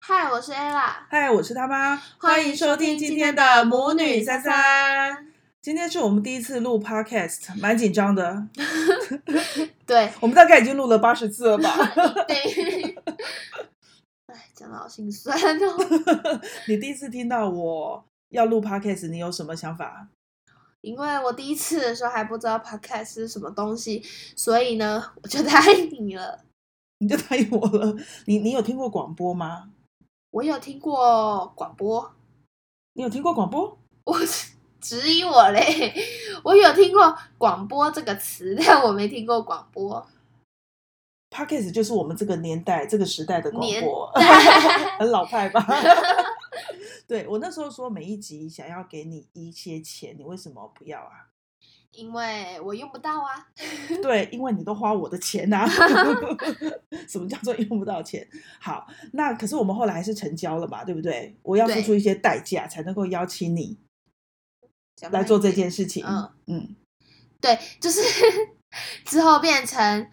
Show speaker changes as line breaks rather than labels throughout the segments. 嗨，我是 Ella，
嗨，我是他妈，
欢
欢
迎
迎
收
收
听
听
今
今
天
天
的
的
母
母
女
女
三
三
三
三。今天是我们第一次录 podcast，蛮紧张的。
对
我们大概已经录了八十次了吧？
对， 哎，讲的好心酸哦。
你第一次听到我要录 podcast，你有什么想法？
因为我第一次的时候还不知道 podcast 是什么东西，所以呢，我就答应你了。
你就答应我了。你你有听过广播吗？
我有听过广播，
你有听过广播？
我质疑我嘞，我有听过广播这个词，但我没听过广播。
Podcast 就是我们这个年代、这个时代的广
年
播， 很老派吧？对我那时候说每一集想要给你一些钱，你为什么不要啊？
因为我用不到啊，
对，因为你都花我的钱呐、 什么叫做用不到钱？好，那可是我们后来还是成交了嘛，对不对？我要付
对
出一些代价才能够邀请你
讲
来
慢
做
一
这
点
件事情。
嗯
嗯，
对，就是 之后变成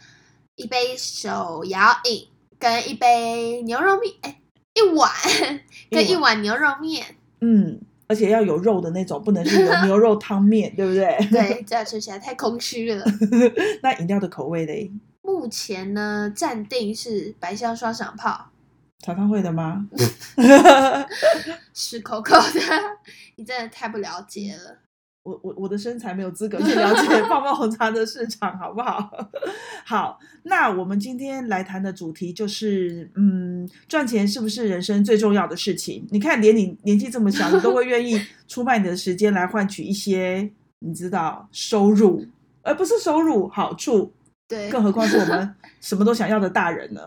一杯手摇饮跟一杯牛肉面，哎，一碗跟
一
一碗牛肉面，
嗯，而且要有肉的那种，不能是有牛肉汤面，对不对？
对，这样吃起来太空虚 了。
那饮料的口味嘞，
目前呢，暂定是白香双响炮，
常常会的吗？
是 Coco 的，你真的太不了解了。
我我我的身材没有资格去了解 泡泡红茶的市场，好不 好？好，那我们今天来谈的主题就是，嗯，赚钱是不是人生最重要的事情？你看，连你年纪这么小，你都会愿意出卖你的时间来换取一些，你知道收入，而不是收入好处，
对，
更何况是我们什么都想要的大人呢？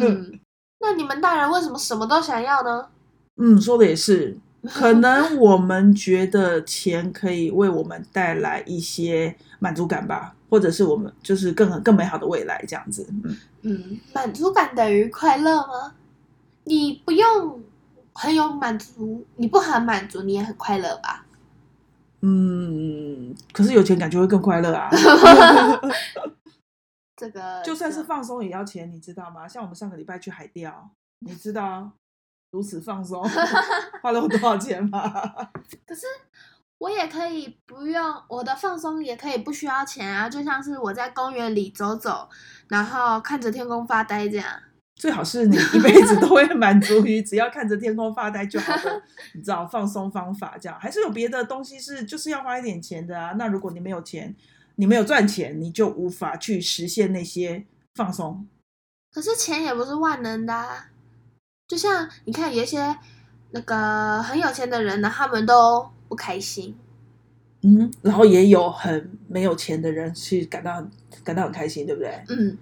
嗯，那你们大人为什么什么都想要呢？
嗯，说的也是。可能我们觉得钱可以为我们带来一些满足感吧，或者是我们就是更更美好的未来这样子。嗯，
嗯，满足感等于快乐吗？你不用很有满足，你不很满足，你也很快乐吧？
嗯可是有钱感觉会更快乐啊！
这个
就算是
这
放松也要钱，你知道吗？像我们上个礼拜去海钓，你知道如此放松花了我多少钱吗？
我也可以不用我的放松，也可以不需要钱啊。就像是我在公园里走走，然后看着天空发呆这样。
最好是你一辈子都会满足于只要看着天空发呆就好 的，你知道放松方法这样，还是有别的东西是就是要花一点钱的啊。那如果你没有钱，你没有赚钱，你就无法去实现那些放松。
可是钱也不是万能的、啊，就像你看有一些那个很有钱的人呢，他们都不开心。
嗯，然后也有很没有钱的人去感到很感到很开心，对不对？
嗯，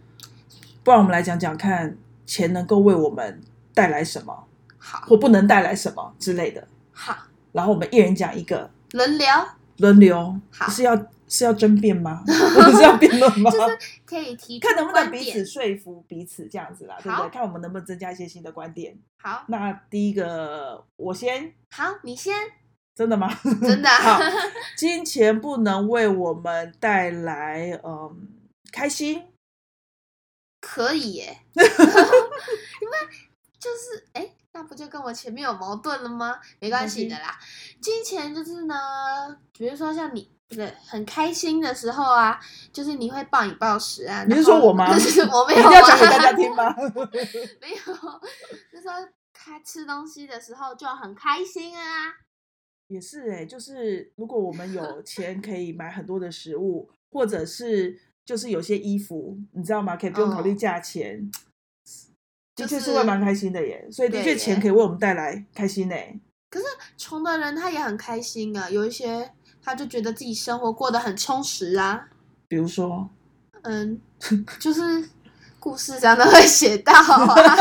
不然我们来讲讲看，钱能够为我们带来什么，
好，
或不能带来什么之类的。
好，
然后我们一人讲一个，
轮流
轮流
好，
是要是要争辩吗？ 是要辩论 吗？
就是可以提出
看能不
观
能彼
点
此说服彼此这样子啦，对不
好
对？看我们能不能增加一些新的观点。
好
那第一个，我先，
好，你 先，
真的吗？
真的
好，金钱不能为我们带来嗯开心，
可以 耶，因为就是哎、诶那不就跟我前面有矛盾了吗？没关系的啦，金钱就是呢，比如说像你。不对，很开心的时候啊，就是你会暴饮暴食啊。
你是
然
说
后
我吗
就是 我 没
你一
有
定要讲给
啊
大家 听吗？
没有，那时候开吃东西的时候就很开心啊。
也是哎、就是如果我们 有钱可以买很多的食物，或者是就是有些衣服，你知道吗？可以不用考虑
嗯
价钱，的
就
确是会
是
蛮开心的耶。所以的
对
确钱
耶
可以为我们带来开心呢、
穷的人他也很开心啊，有一些他就觉得自己生活过得很充实啊。
比如说，
嗯，就是故事常常会写 到啊。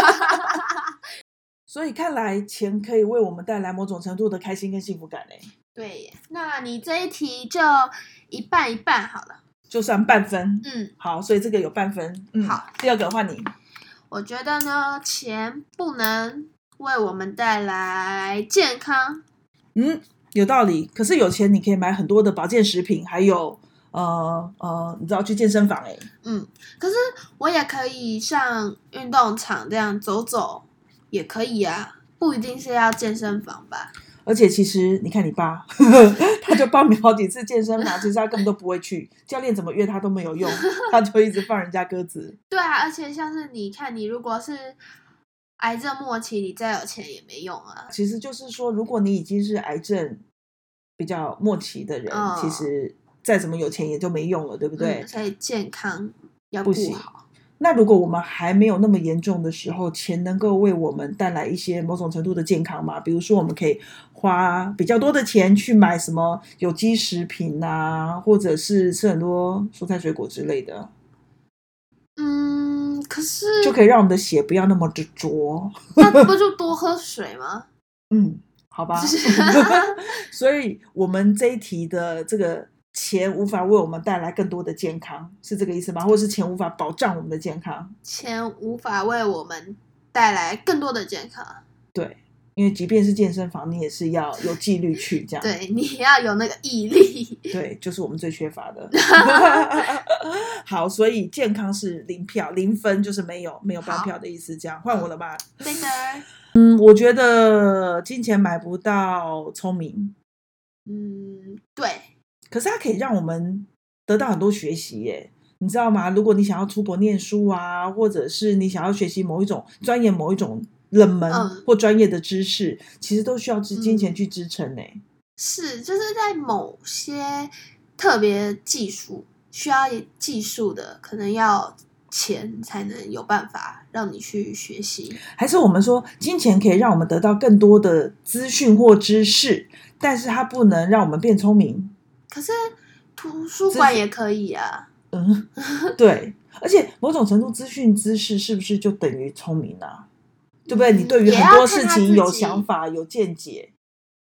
所以看来钱可以为我们带来某种程度的开心跟幸福感呢、
对耶，那你这一题就一半一半好了。
就算半分。
嗯，
好，所以这个有半分。嗯，
好，
第二个换你。
我觉得呢，钱不能为我们带来健康，
嗯，有道理。可是有钱你可以买很多的保健食品，还有呃呃，你知道去健身房哎、
嗯，可是我也可以上运动场这样走走，也可以啊。不一定是要健身房吧？
而且其实你看你爸， 他就报名好几次健身房，其实他根本都不会去，教练怎么约他都没有用，他就一直放人家鸽子。
对啊，而且像是你看，你如果是癌症末期，你再有钱也没用啊。
其实就是说，如果你已经是癌症比较末期的人，
哦
其实再怎么有钱也就没用了，对不对？
嗯所以健康要
不
顾
行
好。
那如果我们还没有那么严重的时候，钱能够为我们带来一些某种程度的健康吗？比如说，我们可以花比较多的钱去买什么有机食品啊，或者是吃很多蔬菜水果之类的，
嗯，可是
就可以让我们的血不要那么的浊。
那不就多喝水吗？
嗯，好吧
就。是
所以，我们这一题的这个钱无法为我们带来更多的健康，是这个意思吗？或者是钱无法保障我们的健康？
钱无法为我们带来更多的健康，
对，因为即便是健身房，你也是要有纪律去这样。
对，你要有那个毅力。
对，就是我们最缺乏 的。好，所以健康是零票、零分，就是没有没有半
好
票的意思。这样换我了吧？
对的，
嗯，我觉得金钱买不到聪明，
嗯，对，
可是它可以让我们得到很多学习耶。你知道吗？如果你想要出国念书啊，或者是你想要学习某一种钻研某一种冷门
嗯
或专业的知识，其实都需要支金钱
嗯
去支撑呢。
是就是在某些特别技术需要技术的，可能要钱才能有办法让你去学习。
还是我们说，金钱可以让我们得到更多的资讯或知识，但是它不能让我们变聪明。
可是图书馆也可以啊，
嗯， 对，而且某种程度，资讯知识是不是就等于聪明啊？对不对？你对于
嗯也要
很多
看
事
他
情
自
有
己
想法、有见解，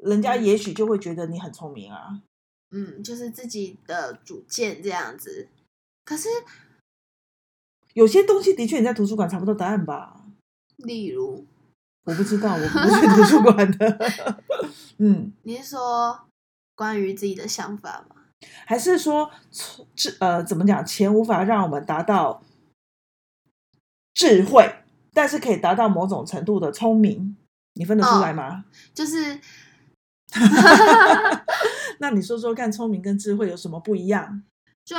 人家也许就会觉得你很聪明啊。
嗯，就是自己的主见这样子。可是
有些东西的确你在图书馆查不到答案吧？
例如，
我不知道，我不是 图书馆的。 嗯，
你是说关于自己的想法吗？
还是说，聪智呃，怎么讲？钱无法让我们达到智慧，但是可以达到某种程度的聪明。你分得
哦
出来吗？
就是
那你说说看，聪明跟智慧有什么不一样？
就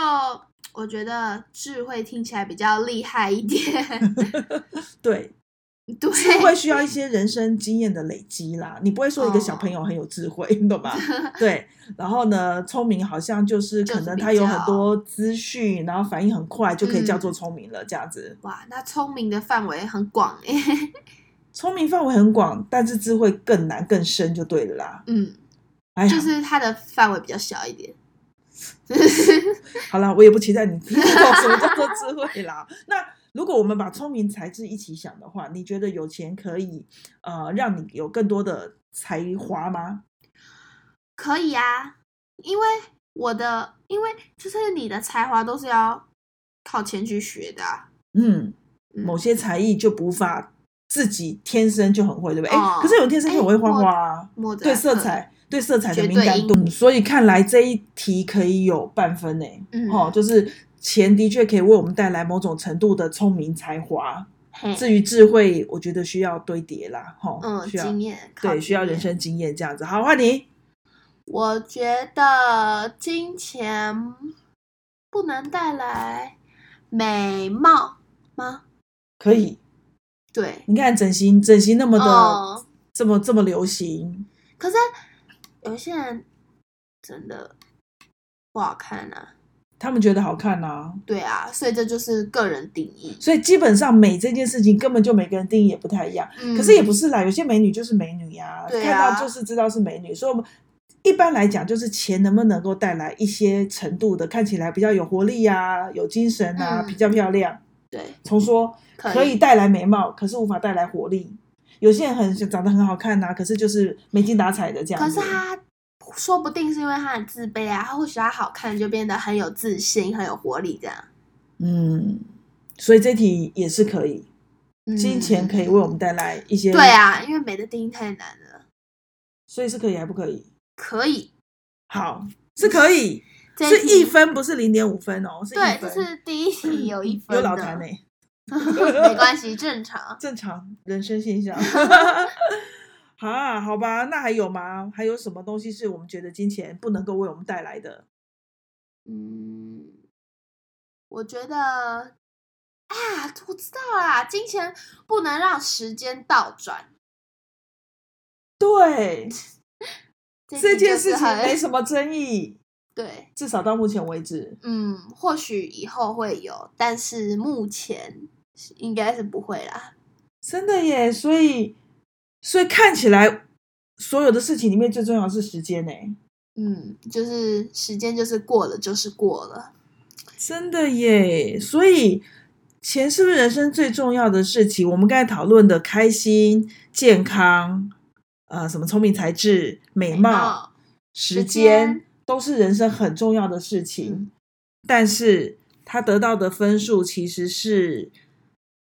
我觉得智慧听起来比较厉害一 点，
对，
对，
智慧需要一些人生经验的累积啦。你不会说一个小
哦
朋友很有智慧， 你懂吗？对。然后呢，聪明好像就是
就是
可能
比
他有
较
很多资讯，然后反应很快，就可以叫做
嗯
聪明了，这样子。
哇，那聪明的范围很广欸诶、
聪明范围很广，但是智慧更难更深，就对了啦。
嗯，
哎呀，
就是它的范围比较小一点。
好啦，我也不期待你 听得懂什么叫做智慧啦。那如果我们把聪明才智一起想的话，你觉得有钱可以呃让你有更多的才华吗？
可以啊，因为我的，因为就是你的才华都是要靠钱去学的啊、
嗯，
嗯
某些才艺就无法自己天生就很会，对不对？哎、
哦
可是有天生就很会画
哎我
画啊，
莫扎
对
特
色彩。对色彩
嗯
的
绝
敏
对
感
音
度，所以看来这一题可以有半分呢、
嗯
哦，就是钱的确可以为我们带来某种程度的聪明才华，
嘿
至于智慧，我觉得需要堆叠啦，哈、
嗯，
需要
经验靠
对，
经
需要人
验
生经验这样子。好，换你。
我觉得金钱不能带来美貌吗？
可以，
对，
你看整形，整形那么的、
哦
这么这么流行，
可是有些人真的不好看啊。
他们觉得好看啊。
对啊，所以这就是个人定义。
所以基本上美这件事情根本就每个人定义也不太一样。
嗯，
可是也不是啦，有些美女就是美女呀、
对
看
啊
到就是知道是美女。所以我们一般来讲，就是钱能不能够带来一些程度的看起来比较有活力呀、有精神啊、
嗯
比较漂亮。
对，
重说
可以
可以带来美貌，可是无法带来活力。有些人很长得很好看呐、啊可是就是没精打采的这样
可
子。
是他说不定是因为他很自卑啊，他或许他好看就变得很有自信、很有活力这样。
嗯，所以这题也是可以，金钱可以为我们带来一
嗯。
些，
对，啊，因为美的定义太难了。
所以是可以还不可以？
可以，
好，是可以，
这
是
题
一分，不是零点五分哦，是一
对，
分。
这是第一 题有一分
有
的，
老 痰呢、
没关系，正常。
正常人生现象。啊，好吧，那还有吗？还有什么东西是我们觉得金钱不能够为我们带来的？
嗯，我觉得啊，我知道啦，金钱不能让时间倒转，
对，这
题
件
就是
事情
很
没什么争议，
对。
至少到目前为止。
嗯，或许以后会有，但是目前是应该是不会啦。
真的耶，所以所以看起来所有的事情里面最重要的是时间呢，
嗯，就是时间就是过了，就是过了。
真的耶，所以钱是不是人生最重要的事情？我们刚才讨论的开心、健康，呃，什么聪明才智、美貌、
貌
时
时
间
间，
都是人生很重要的事情。
嗯
但是他得到的分数其实是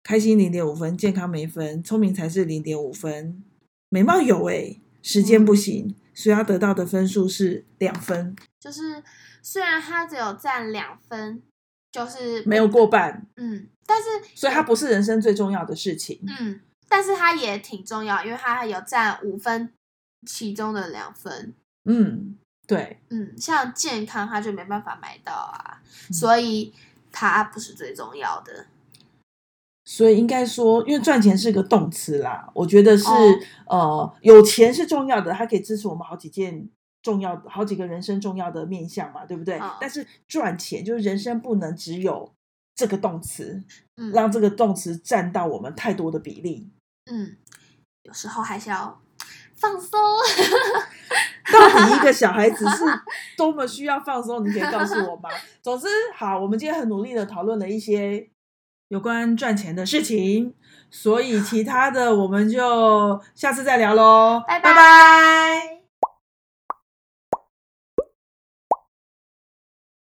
开心零点五分，健康没分，聪明才智零点五分，美貌有诶、时间
嗯
不行，所以他得到的分数是两分，
就是虽然它只有占两分，就是
没有过半，
嗯，但是
所以它不是人生最重要的事情。
嗯，但是它也挺重要，因为它有占五分其中的两分。
嗯，对，
嗯，像健康它就没办法买到啊，
嗯
所以它不是最重要的。
所以应该说，因为赚钱是个动词啦，我觉得是、
哦
呃，有钱是重要的，它可以支持我们好几件重要的、好几个人生重要的面向嘛，对不对？
哦
但是赚钱就是人生不能只有这个动词，
嗯
让这个动词占到我们太多的比例。
嗯，有时候还是要放松。
到底一个小孩子是多么需要放松？你可以告诉 我吗？总之，好，我们今天很努力的讨论了一些有关赚钱的事情，所以其他的我们就下次再聊喽，
拜
拜
拜